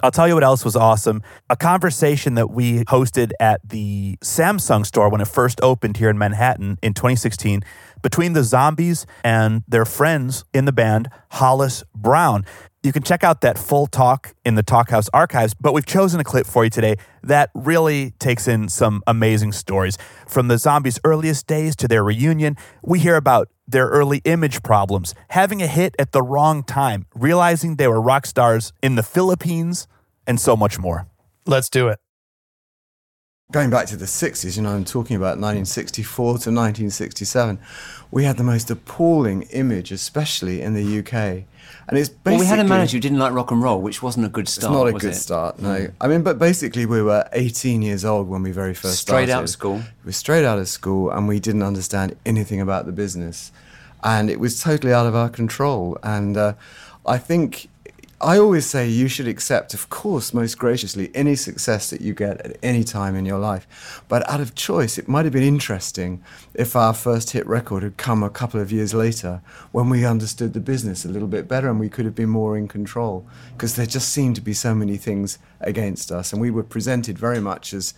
Speaker 6: I'll tell you what else was awesome. A conversation that we hosted at the Samsung store when it first opened here in Manhattan in 2016 between the zombies and their friends in the band, Hollis Brown. You can check out that full talk in the Talk House archives, but we've chosen a clip for you today that really takes in some amazing stories. From the zombies' earliest days to their reunion, we hear about their early image problems, having a hit at the wrong time, realizing they were rock stars in the Philippines, and so much more.
Speaker 8: Let's do it.
Speaker 4: Going back to the 60s, you know, I'm talking about 1964 to 1967, we had the most appalling image, especially in the UK. And it's basically.
Speaker 11: Well, we had a manager who didn't like rock and roll, which wasn't a good
Speaker 4: It's
Speaker 11: start.
Speaker 4: not a
Speaker 11: was
Speaker 4: good
Speaker 11: it?
Speaker 4: start, no.
Speaker 11: Mm.
Speaker 4: I mean, but basically, we were 18 years old when we very first
Speaker 11: Straight
Speaker 4: started.
Speaker 11: out of school.
Speaker 4: We were straight out of school, and we didn't understand anything about the business, and it was totally out of our control. And uh, I think I always say you should accept, of course, most graciously, any success that you get at any time in your life. But out of choice, it might have been interesting if our first hit record had come a couple of years later when we understood the business a little bit better and we could have been more in control because there just seemed to be so many things against us. And we were presented very much as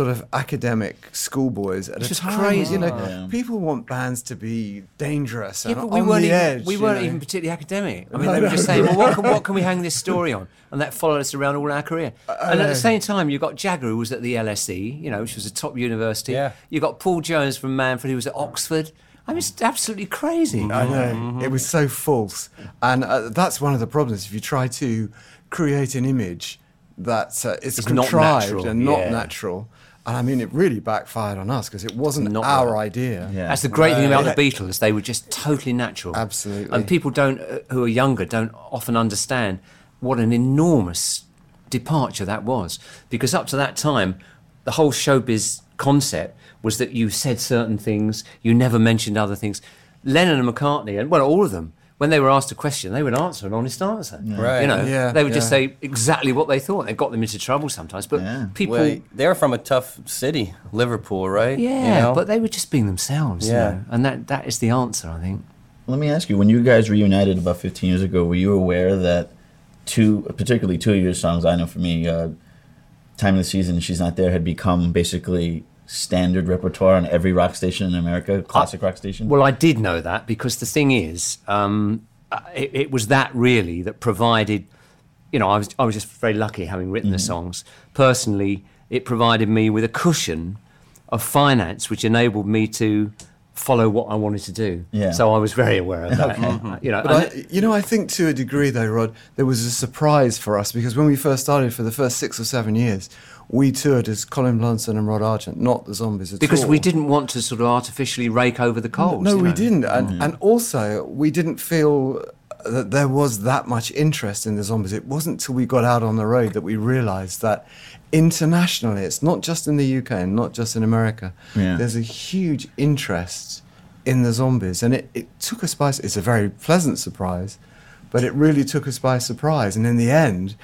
Speaker 4: sort of academic schoolboys at
Speaker 11: Which is
Speaker 4: a crazy. You know,
Speaker 11: hard. Yeah.
Speaker 4: people want bands to be dangerous
Speaker 11: Yeah,
Speaker 4: and
Speaker 11: but
Speaker 4: on
Speaker 11: we weren't,
Speaker 4: the
Speaker 11: even,
Speaker 4: edge.
Speaker 11: we
Speaker 4: you
Speaker 11: weren't
Speaker 4: know.
Speaker 11: even particularly academic. I mean,
Speaker 4: I
Speaker 11: they were just
Speaker 4: know.
Speaker 11: saying, well, what can, what can we hang this story on? And that followed us around all our career. and at
Speaker 4: know.
Speaker 11: the same time, you've got Jagger, who was at the LSE, you know, which was a top university. Yeah. You've got Paul Jones from Manfred, who was at Oxford. I mean, it's absolutely crazy.
Speaker 4: I know. It was so false. And uh, that's one of the problems. If you try to create an image that's uh, it's,
Speaker 11: It's not
Speaker 4: contrived
Speaker 11: natural,
Speaker 4: and not
Speaker 11: yeah.
Speaker 4: natural. And I mean, it really backfired on us because it wasn't our idea.
Speaker 11: That's the great thing about
Speaker 4: Yeah.
Speaker 11: the Beatles. They were just totally natural. Absolutely. And people don't, uh, who are younger, don't often understand what an enormous departure that was. Because up to that time, the whole showbiz concept was that you said certain things, you never mentioned other things. Lennon and McCartney, and well, all of them, when they were asked a question, they would answer an honest answer.
Speaker 18: Right.
Speaker 11: You know,
Speaker 18: Yeah,
Speaker 11: they would just
Speaker 18: yeah.
Speaker 11: say exactly what they thought. They got them into trouble sometimes, but people.
Speaker 18: Well, they're from a tough city, Liverpool, right?
Speaker 11: yeah,
Speaker 18: You know?
Speaker 11: but they were just being themselves.
Speaker 18: Yeah.
Speaker 11: Yeah. And that, that is the answer, I think.
Speaker 19: Let me ask you: When you guys reunited about 15 years ago, were you aware that two, particularly two of your songs, I know for me, uh, "Time of the Season" and "She's Not There" had become basically standard repertoire on every rock station in America, classic rock station?
Speaker 11: Well, I did know that because the thing is, um, uh, it, it was that really that provided. You know, I was I was just very lucky having written
Speaker 4: Mm.
Speaker 11: the songs. Personally, it provided me with a cushion of finance, which enabled me to follow what I wanted to do.
Speaker 4: Yeah.
Speaker 11: So I was very aware of that. Uh,
Speaker 4: Okay.
Speaker 11: You know,
Speaker 4: but
Speaker 11: and
Speaker 4: I, you know, I think to a degree though, Rod, there was a surprise for us because when we first started, for the first six or seven years, we toured as Colin Blunson and Rod Argent, not the Zombies at
Speaker 11: because
Speaker 4: all.
Speaker 11: we didn't want to sort of artificially rake over the coals.
Speaker 4: No,
Speaker 11: you
Speaker 4: we
Speaker 11: know. Mm.
Speaker 4: didn't. And, and also, we didn't feel that there was that much interest in the zombies. It wasn't till we got out on the road that we realized that internationally, it's not just in the UK and not just in America,
Speaker 19: Yeah.
Speaker 4: there's a huge interest in the zombies. And it, it took us by, it's a very pleasant surprise, but it really took us by surprise. And in the end,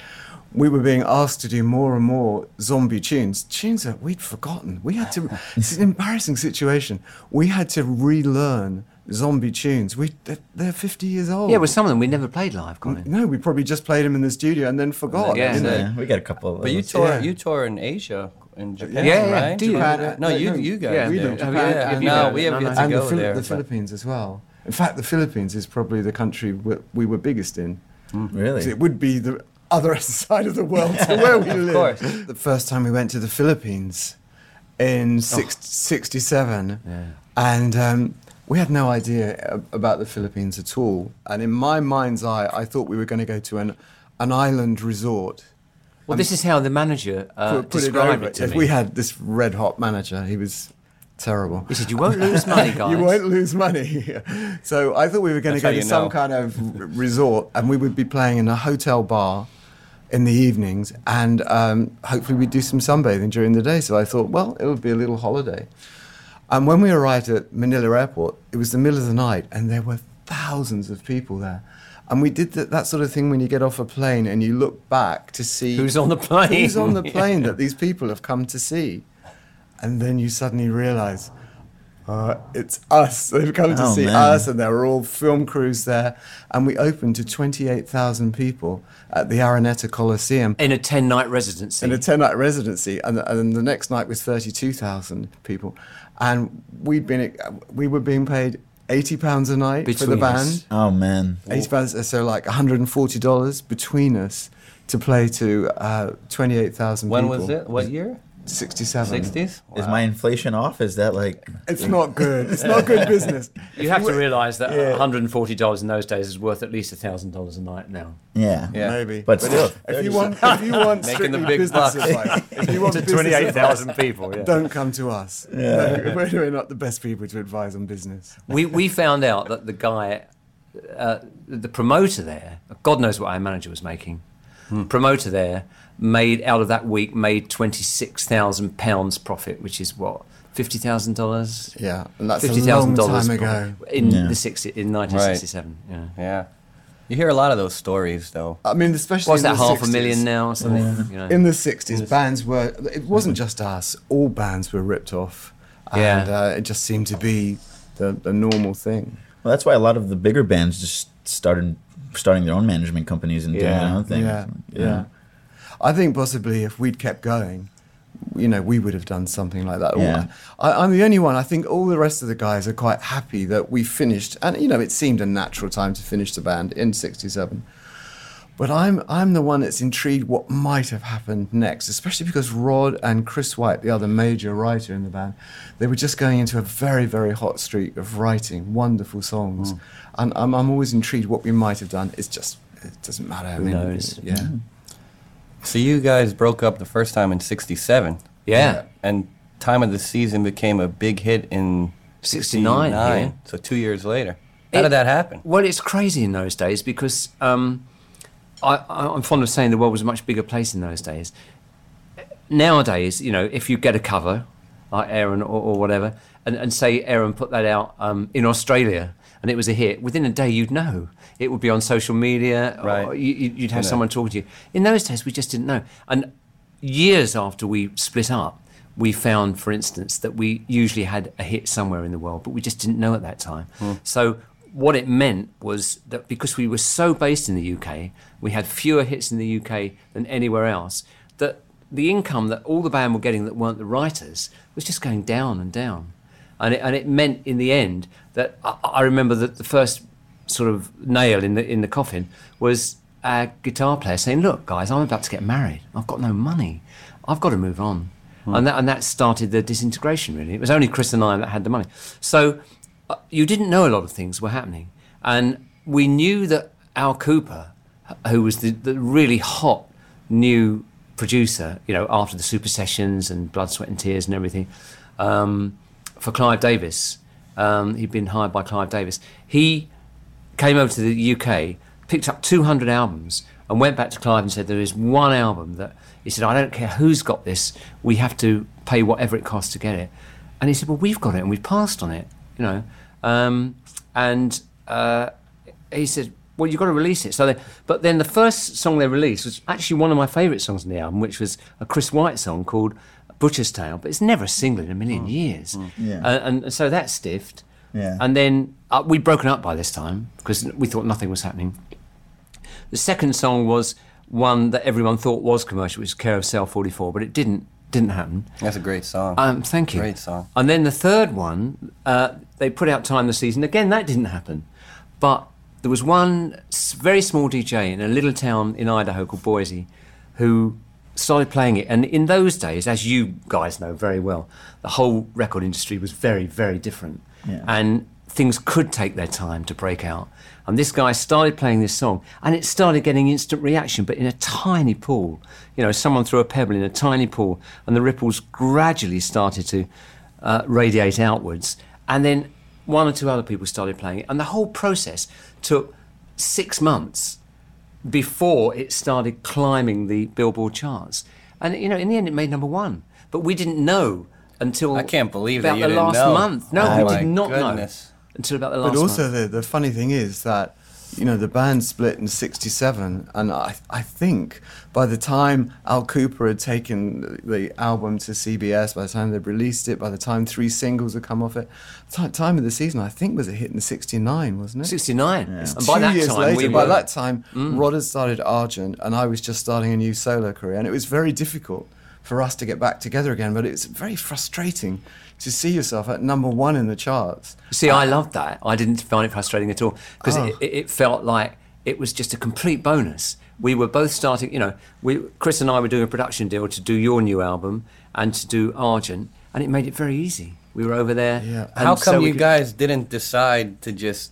Speaker 4: we were being asked to do more and more zombie tunes, tunes that we'd forgotten. We had to, it's an embarrassing situation. We had to relearn zombie tunes. We, they're, they're 50 years old.
Speaker 11: Yeah, well, some of them we never played live, Colin.
Speaker 4: No, we probably just played them in the studio and then forgot.
Speaker 18: Yeah.
Speaker 4: you know.
Speaker 18: Yeah, we
Speaker 19: got a couple
Speaker 18: But you tore you tore in Asia in Japan,
Speaker 4: Yeah, yeah,
Speaker 18: right?
Speaker 4: do you?
Speaker 18: Japan-
Speaker 4: Japan,
Speaker 18: no,
Speaker 4: uh,
Speaker 18: you
Speaker 4: no,
Speaker 18: you guys.
Speaker 4: yeah, we
Speaker 18: did.
Speaker 4: do. Japan
Speaker 18: Yeah,
Speaker 4: and-
Speaker 18: no, we have yet to
Speaker 4: and the
Speaker 18: go
Speaker 4: Phil-
Speaker 18: there.
Speaker 4: The
Speaker 18: but-
Speaker 4: Philippines as well. In fact, the Philippines is probably the country we, we were biggest in.
Speaker 18: Mm.
Speaker 19: Really?
Speaker 4: So It would be the other side of the world to where we
Speaker 19: Of
Speaker 4: live.
Speaker 19: course.
Speaker 4: The first time we went to the Philippines in six, 67, and um, we had no idea a- about the Philippines at all. And in my mind's eye, I thought we were going to go to an, an island resort.
Speaker 11: Well,
Speaker 4: Um,
Speaker 11: this is how the manager uh, described it, to
Speaker 4: if
Speaker 11: me.
Speaker 4: We had this red hot manager. He was terrible.
Speaker 11: He said, "You won't lose money, guys."
Speaker 4: you won't lose money. so I thought we were going
Speaker 11: That's
Speaker 4: to go
Speaker 11: how
Speaker 4: to
Speaker 11: you
Speaker 4: some
Speaker 11: know.
Speaker 4: kind of r- resort, and we would be playing in a hotel bar in the evenings, and um, hopefully we'd do some sunbathing during the day. So I thought, well, it would be a little holiday. And when we arrived at Manila Airport, it was the middle of the night, and there were thousands of people there. And we did that, that sort of thing when you get off a plane and you look back to see
Speaker 11: Who's on the plane?
Speaker 4: who's on the
Speaker 11: Yeah.
Speaker 4: plane that these people have come to see, and then you suddenly realise. Uh, it's us. They've come to
Speaker 19: Oh,
Speaker 4: see
Speaker 19: man.
Speaker 4: us, and there were all film crews there. And we opened to 28,000 people at the Araneta Coliseum
Speaker 11: in a ten night residency.
Speaker 4: in a 10 night residency. And, and the next night was 32,000 people. And we'd been, we were being paid 80 pounds a night for the
Speaker 19: Between
Speaker 4: band.
Speaker 19: us. Oh man.
Speaker 4: 80 pounds, uh, so like 140 dollars between us to play to uh, 28,000
Speaker 18: When
Speaker 4: people.
Speaker 18: was it? What year?
Speaker 4: 67.
Speaker 18: 60s?
Speaker 19: Is my inflation off? Is that like?
Speaker 4: It's not good. It's not good business.
Speaker 11: You have to realise that $140 in those days is worth at least $1,000 a night now.
Speaker 19: Yeah.
Speaker 4: Maybe.
Speaker 19: But still.
Speaker 4: if you want, if you
Speaker 11: Making
Speaker 4: want strictly
Speaker 11: the big bucks.
Speaker 4: business advice, if you want
Speaker 11: To
Speaker 4: business
Speaker 11: 28,000
Speaker 4: advice,
Speaker 11: people, yeah.
Speaker 4: Don't come to us.
Speaker 11: Yeah.
Speaker 4: No, we're, we're not the best people to advise on business.
Speaker 11: we, we found out that the guy, uh, the promoter there, God knows what our manager was making.
Speaker 4: Hmm.
Speaker 11: Promoter there made out of that week made twenty six thousand pounds profit, which is what fifty thousand dollars.
Speaker 4: Yeah, and that's a
Speaker 11: $50,000
Speaker 4: long time
Speaker 11: profit
Speaker 4: ago.
Speaker 11: in
Speaker 4: Yeah.
Speaker 11: the 60, in nineteen sixty seven. Yeah.
Speaker 18: Yeah. You hear a lot of those stories, though.
Speaker 4: I mean, especially
Speaker 11: What's
Speaker 4: in
Speaker 11: that,
Speaker 4: the
Speaker 11: half a
Speaker 4: 60s?
Speaker 11: million now or something?
Speaker 4: Yeah.
Speaker 11: You know.
Speaker 4: In the 60s, bands were, it wasn't just us, all bands were ripped off.
Speaker 19: Yeah.
Speaker 4: And uh, it just seemed to be the, the normal thing.
Speaker 19: Well, that's why a lot of the bigger bands just started starting their own management companies and doing their own thing.
Speaker 4: Yeah. yeah. I think possibly if we'd kept going, you know, we would have done something like that. Or-
Speaker 19: Yeah.
Speaker 4: I, I'm the only one. I think all the rest of the guys are quite happy that we finished, and you know, it seemed a natural time to finish the band in '67. But I'm I'm the one that's intrigued what might have happened next, especially because Rod and Chris White, the other major writer in the band, they were just going into a very very hot streak of writing wonderful songs, and I'm I'm always intrigued what we might have done. It's just it doesn't matter. I
Speaker 18: Who
Speaker 4: mean,
Speaker 18: knows?
Speaker 4: Yeah.
Speaker 18: So you guys broke up the first time in '67.
Speaker 11: Yeah.
Speaker 18: And Time of the Season became a big hit in
Speaker 11: 69, yeah.
Speaker 18: So two years later. How did that happen?
Speaker 11: Well, it's crazy in those days because um, I, I, I'm fond of saying the world was a much bigger place in those days. Nowadays, you know, if you get a cover like Aaron or, or whatever, and, and say Aaron put that out um, in Australia and it was a hit, within a day you'd know. It would be on social media, or you, you- you'd have
Speaker 18: Yeah.
Speaker 11: someone talking to you. In those days, we just didn't know. And years after we split up, we found, for instance, that we usually had a hit somewhere in the world, but we just didn't know at that time.
Speaker 18: Hmm.
Speaker 11: So what it meant was that because we were so based in the UK, we had fewer hits in the UK than anywhere else, that the income that all the band were getting that weren't the writers was just going down and down. And it, and it meant in the end that I, I remember that the first sort of nail in the, in the coffin was a guitar player saying, Look, guys, I'm about to get married. I've got no money. I've got to move on. And, that, and that started the disintegration, really. It was only Chris and I that had the money. So uh, you didn't know a lot of things were happening. And we knew that Al Cooper, h- who was the, the really hot new producer, you know, after the Super Sessions and Blood, Sweat and Tears and everything, um, for Clive Davis, um, he'd been hired by Clive Davis. He came over to the UK, picked up 200 albums, and went back to Clive and said, There is one album that he said, I don't care who's got this, we have to pay whatever it costs to get it. And he said, Well, we've got it and we've passed on it, you know. Um, and uh, he said, Well, you've got to release it. So, they, But then the first song they released was actually one of my favourite songs on the album, which was a Chris White song called Butcher's Tale, but it's never a single in a million years.
Speaker 19: Yeah.
Speaker 11: Uh, and, and so that stiffed.
Speaker 19: Yeah.
Speaker 11: And then uh, we'd broken up by this time because we thought nothing was happening. The second song was one that everyone thought was commercial, which was Care of Cell 44, but it didn't didn't happen.
Speaker 18: That's a great song.
Speaker 11: Um, thank you.
Speaker 18: Great song.
Speaker 11: And then the third one, uh, they put out Time the Season. Again, that didn't happen. But there was one s- very small DJ in a little town in Idaho called Boise who started playing it. And in those days, as you guys know very well, the whole record industry was very, very different.
Speaker 19: Yeah.
Speaker 11: And things could take their time to break out. And this guy started playing this song and it started getting instant reaction, but in a tiny pool. You know, someone threw a pebble in a tiny pool and the ripples gradually started to uh, radiate outwards. And then one or two other people started playing it. And the whole process took six months before it started climbing the Billboard charts. And you know, in the end, it made number one. But we didn't know until I can't
Speaker 18: believe that
Speaker 11: about
Speaker 18: you
Speaker 11: the
Speaker 18: didn't
Speaker 11: last
Speaker 18: know.
Speaker 11: month. No,
Speaker 18: Oh
Speaker 11: we
Speaker 18: my
Speaker 11: did not
Speaker 18: goodness.
Speaker 11: know until about the last
Speaker 4: but also
Speaker 11: month.
Speaker 4: the, the funny thing is that you know the band split in 67 and I, I think by the time al cooper had taken the album to cbs by the time they'd released it by the time three singles had come off it ti- time of the season i think was a hit in 69 wasn't it
Speaker 11: 69.
Speaker 4: It's
Speaker 11: And by
Speaker 4: two
Speaker 11: that
Speaker 4: years
Speaker 11: time,
Speaker 4: later,
Speaker 11: we
Speaker 4: by
Speaker 11: were- Mm.
Speaker 4: that time rod had started argent and i was just starting a new solo career and it was very difficult for us to get back together again but it's very frustrating to see yourself at number one in the charts
Speaker 11: See, I loved that. I didn't find it frustrating at all because
Speaker 4: Oh.
Speaker 11: it, it, it felt like it was just a complete bonus. We were both starting, you know, we, Chris and I were doing a production deal to do your new album and to do Argent, and it made it very easy. We were over there. Yeah.
Speaker 18: How come you guys didn't decide to just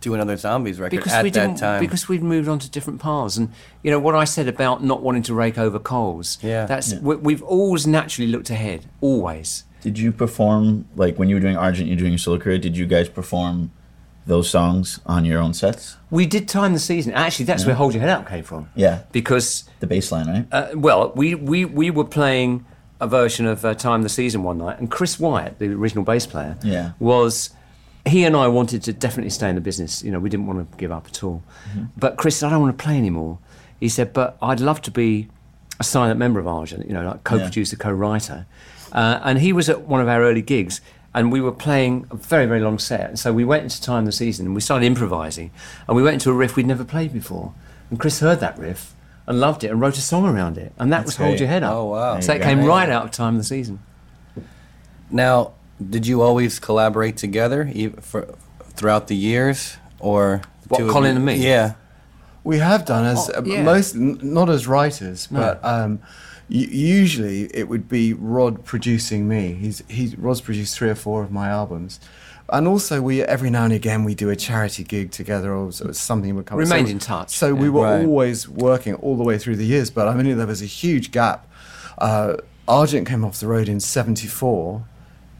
Speaker 18: do another Zombies record
Speaker 11: because
Speaker 18: at
Speaker 11: we
Speaker 18: that
Speaker 11: didn't,
Speaker 18: time?
Speaker 11: Because we'd moved on to different paths, and you know what I said about not wanting to rake over coals. Yeah, that's We, we've always naturally looked ahead, always.
Speaker 19: Did you perform like when you were doing Argent, you're doing your solo career? Did you guys perform those songs on your own sets?
Speaker 11: We did time the season. Actually, that's
Speaker 19: Yeah.
Speaker 11: where Hold Your Head Up came from.
Speaker 19: Yeah,
Speaker 11: because
Speaker 19: the bass line, right?
Speaker 11: Uh, well, we, we, we were playing a version of uh, Time of the Season one night, and Chris Wyatt, the original bass player,
Speaker 19: Yeah.
Speaker 11: was he and I wanted to definitely stay in the business. You know, we didn't want to give up at all. But Chris said, I don't want to play anymore. He said, but I'd love to be a silent member of Argent, you know, like co producer, co writer. Uh, and he was at one of our early gigs. And we were playing a very, very long set. And so we went into Time of the Season and we started improvising. And we went into a riff we'd never played before. And Chris heard that riff and loved it and wrote a song around it. And that
Speaker 18: That's
Speaker 11: was Hold
Speaker 18: great.
Speaker 11: Your Head Up.
Speaker 18: Oh, wow.
Speaker 11: So
Speaker 18: There
Speaker 11: that
Speaker 18: you go.
Speaker 11: came right out of time of the season.
Speaker 18: Now, did you always collaborate together e- for, throughout the years, or the
Speaker 11: What,
Speaker 18: two of
Speaker 11: Colin
Speaker 18: you?
Speaker 11: and me?
Speaker 18: Yeah.
Speaker 4: We have done as
Speaker 11: Oh,
Speaker 4: uh,
Speaker 11: yeah.
Speaker 4: most, n- not as writers,
Speaker 11: No.
Speaker 4: but um, u- usually it would be Rod producing me. He's he Rod's produced three or four of my albums, and also we every now and again we do a charity gig together or so- something would come.
Speaker 11: Remained
Speaker 4: so,
Speaker 11: in touch,
Speaker 4: So we
Speaker 11: yeah.
Speaker 4: were
Speaker 11: Right.
Speaker 4: always working all the way through the years, but I mean there was a huge gap. Uh, Argent came off the road in '74.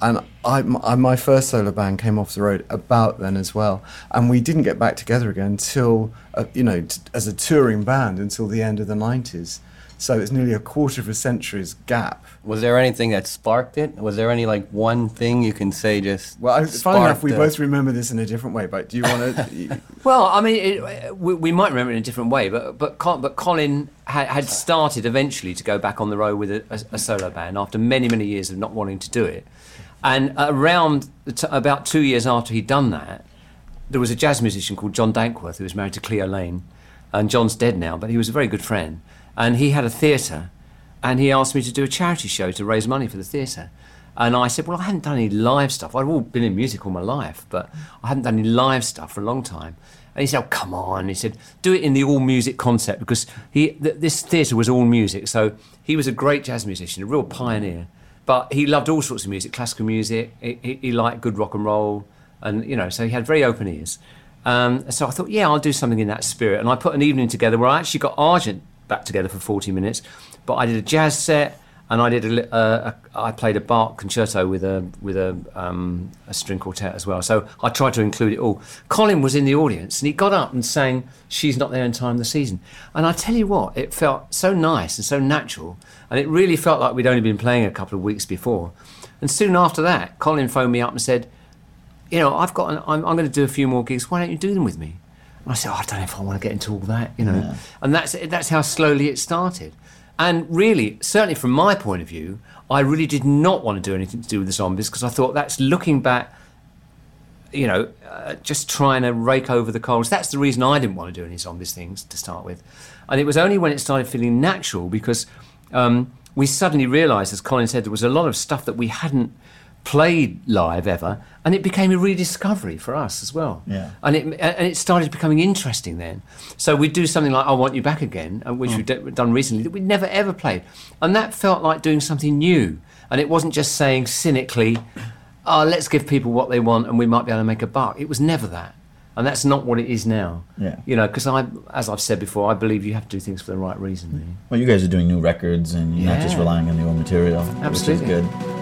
Speaker 4: And I, my, my first solo band came off the road about then as well, and we didn't get back together again until uh, you know t- as a touring band until the end of the nineties. So it's nearly a quarter of a century's gap.
Speaker 18: Was there anything that sparked it? Was there any like one thing you can say just?
Speaker 4: Well, it's funny enough,
Speaker 18: sparked
Speaker 4: we
Speaker 18: the-
Speaker 4: both remember this in a different way. But do you want to?
Speaker 11: Well, I mean, it, we, we might remember it in a different way, but but Col- but Colin had, had started eventually to go back on the road with a, a, a solo band after many many years of not wanting to do it, and around the t- about two years after he'd done that, there was a jazz musician called John Dankworth who was married to Cleo Lane, and John's dead now, but he was a very good friend, and he had a theatre, and he asked me to do a charity show to raise money for the theatre. And I said, Well, I hadn't done any live stuff. I'd all been in music all my life, but I hadn't done any live stuff for a long time. And he said, Oh, come on. He said, Do it in the all music concept because he, th- this theatre was all music. So he was a great jazz musician, a real pioneer. But he loved all sorts of music, classical music. He, he, he liked good rock and roll. And, you know, so he had very open ears. Um, so I thought, yeah, I'll do something in that spirit. And I put an evening together where I actually got Argent back together for 40 minutes, but I did a jazz set and I did a, li- uh, a I played a Bach concerto with a with a um, a string quartet as well. So I tried to include it all. Colin was in the audience and he got up and sang "She's Not There in Time" the season. And I tell you what, it felt so nice and so natural, and it really felt like we'd only been playing a couple of weeks before. And soon after that, Colin phoned me up and said, "You know, I've got an, I'm, I'm going to do a few more gigs. Why don't you do them with me?" And I said, oh, "I don't know if I want to get into all that, you know."
Speaker 13: Yeah.
Speaker 11: And that's that's how slowly it started. And really, certainly from my point of view, I really did not want to do anything to do with the zombies because I thought that's looking back, you know, uh, just trying to rake over the coals. That's the reason I didn't want to do any zombies things to start with. And it was only when it started feeling natural because um, we suddenly realised, as Colin said, there was a lot of stuff that we hadn't played live ever, and it became a rediscovery for us as well
Speaker 13: Yeah.
Speaker 11: and it and it started becoming interesting then. So we'd do something like "I Want You Back Again," and which we'd
Speaker 19: Mm.
Speaker 11: d- done recently that we'd never ever played, and that felt like doing something new. And it wasn't just saying cynically, "Oh, let's give people what they want, and we might be able to make a buck." It was never that, and that's not what it is now.
Speaker 19: Yeah.
Speaker 11: You know, because I, as I've said before, I believe you have to do things for the right reason. Really.
Speaker 19: Well, you guys are doing new records and you're not just
Speaker 11: Yeah.
Speaker 19: relying on the old material,
Speaker 11: Absolutely.
Speaker 19: which is good.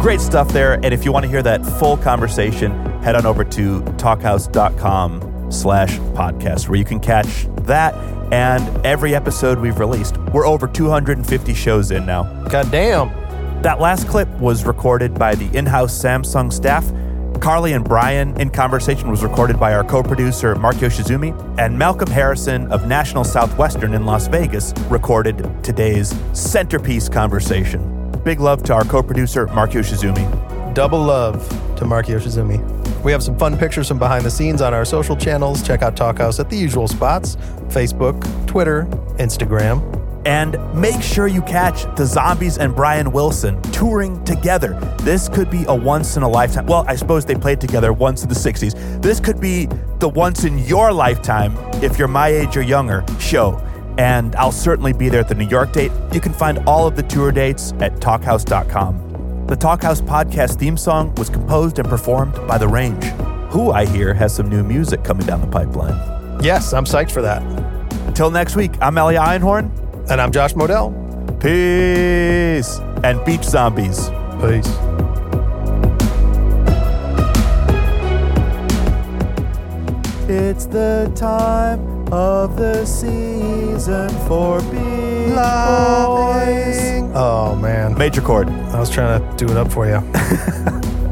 Speaker 6: Great stuff there. And if you want to hear that full conversation, head on over to talkhouse.com slash podcast where you can catch that and every episode we've released. We're over 250 shows in now. God damn. That last clip was recorded by the in-house Samsung staff. Carly and Brian in conversation was recorded by our co-producer Mark Yoshizumi and Malcolm Harrison of National Southwestern in Las Vegas recorded today's centerpiece conversation. Big love to our co-producer Mark Yoshizumi.
Speaker 8: Double love to Mark Yoshizumi. We have some fun pictures from behind the scenes on our social channels. Check out Talkhouse at the usual spots Facebook, Twitter, Instagram.
Speaker 6: And make sure you catch the Zombies and Brian Wilson touring together. This could be a once in a lifetime. Well, I suppose they played together once in the 60s. This could be the once in your lifetime, if you're my age or younger, show. And I'll certainly be there at the New York date. You can find all of the tour dates at talkhouse.com. The Talkhouse podcast theme song was composed and performed by The Range, who I hear has some new music coming down the pipeline.
Speaker 8: Yes, I'm psyched for that.
Speaker 6: Until next week, I'm Ellie Einhorn.
Speaker 8: And I'm Josh Modell.
Speaker 6: Peace. And beach zombies.
Speaker 8: Peace.
Speaker 6: It's the time of the season for beach boys.
Speaker 8: Oh, man.
Speaker 6: Major chord.
Speaker 8: I was trying to do it up for you.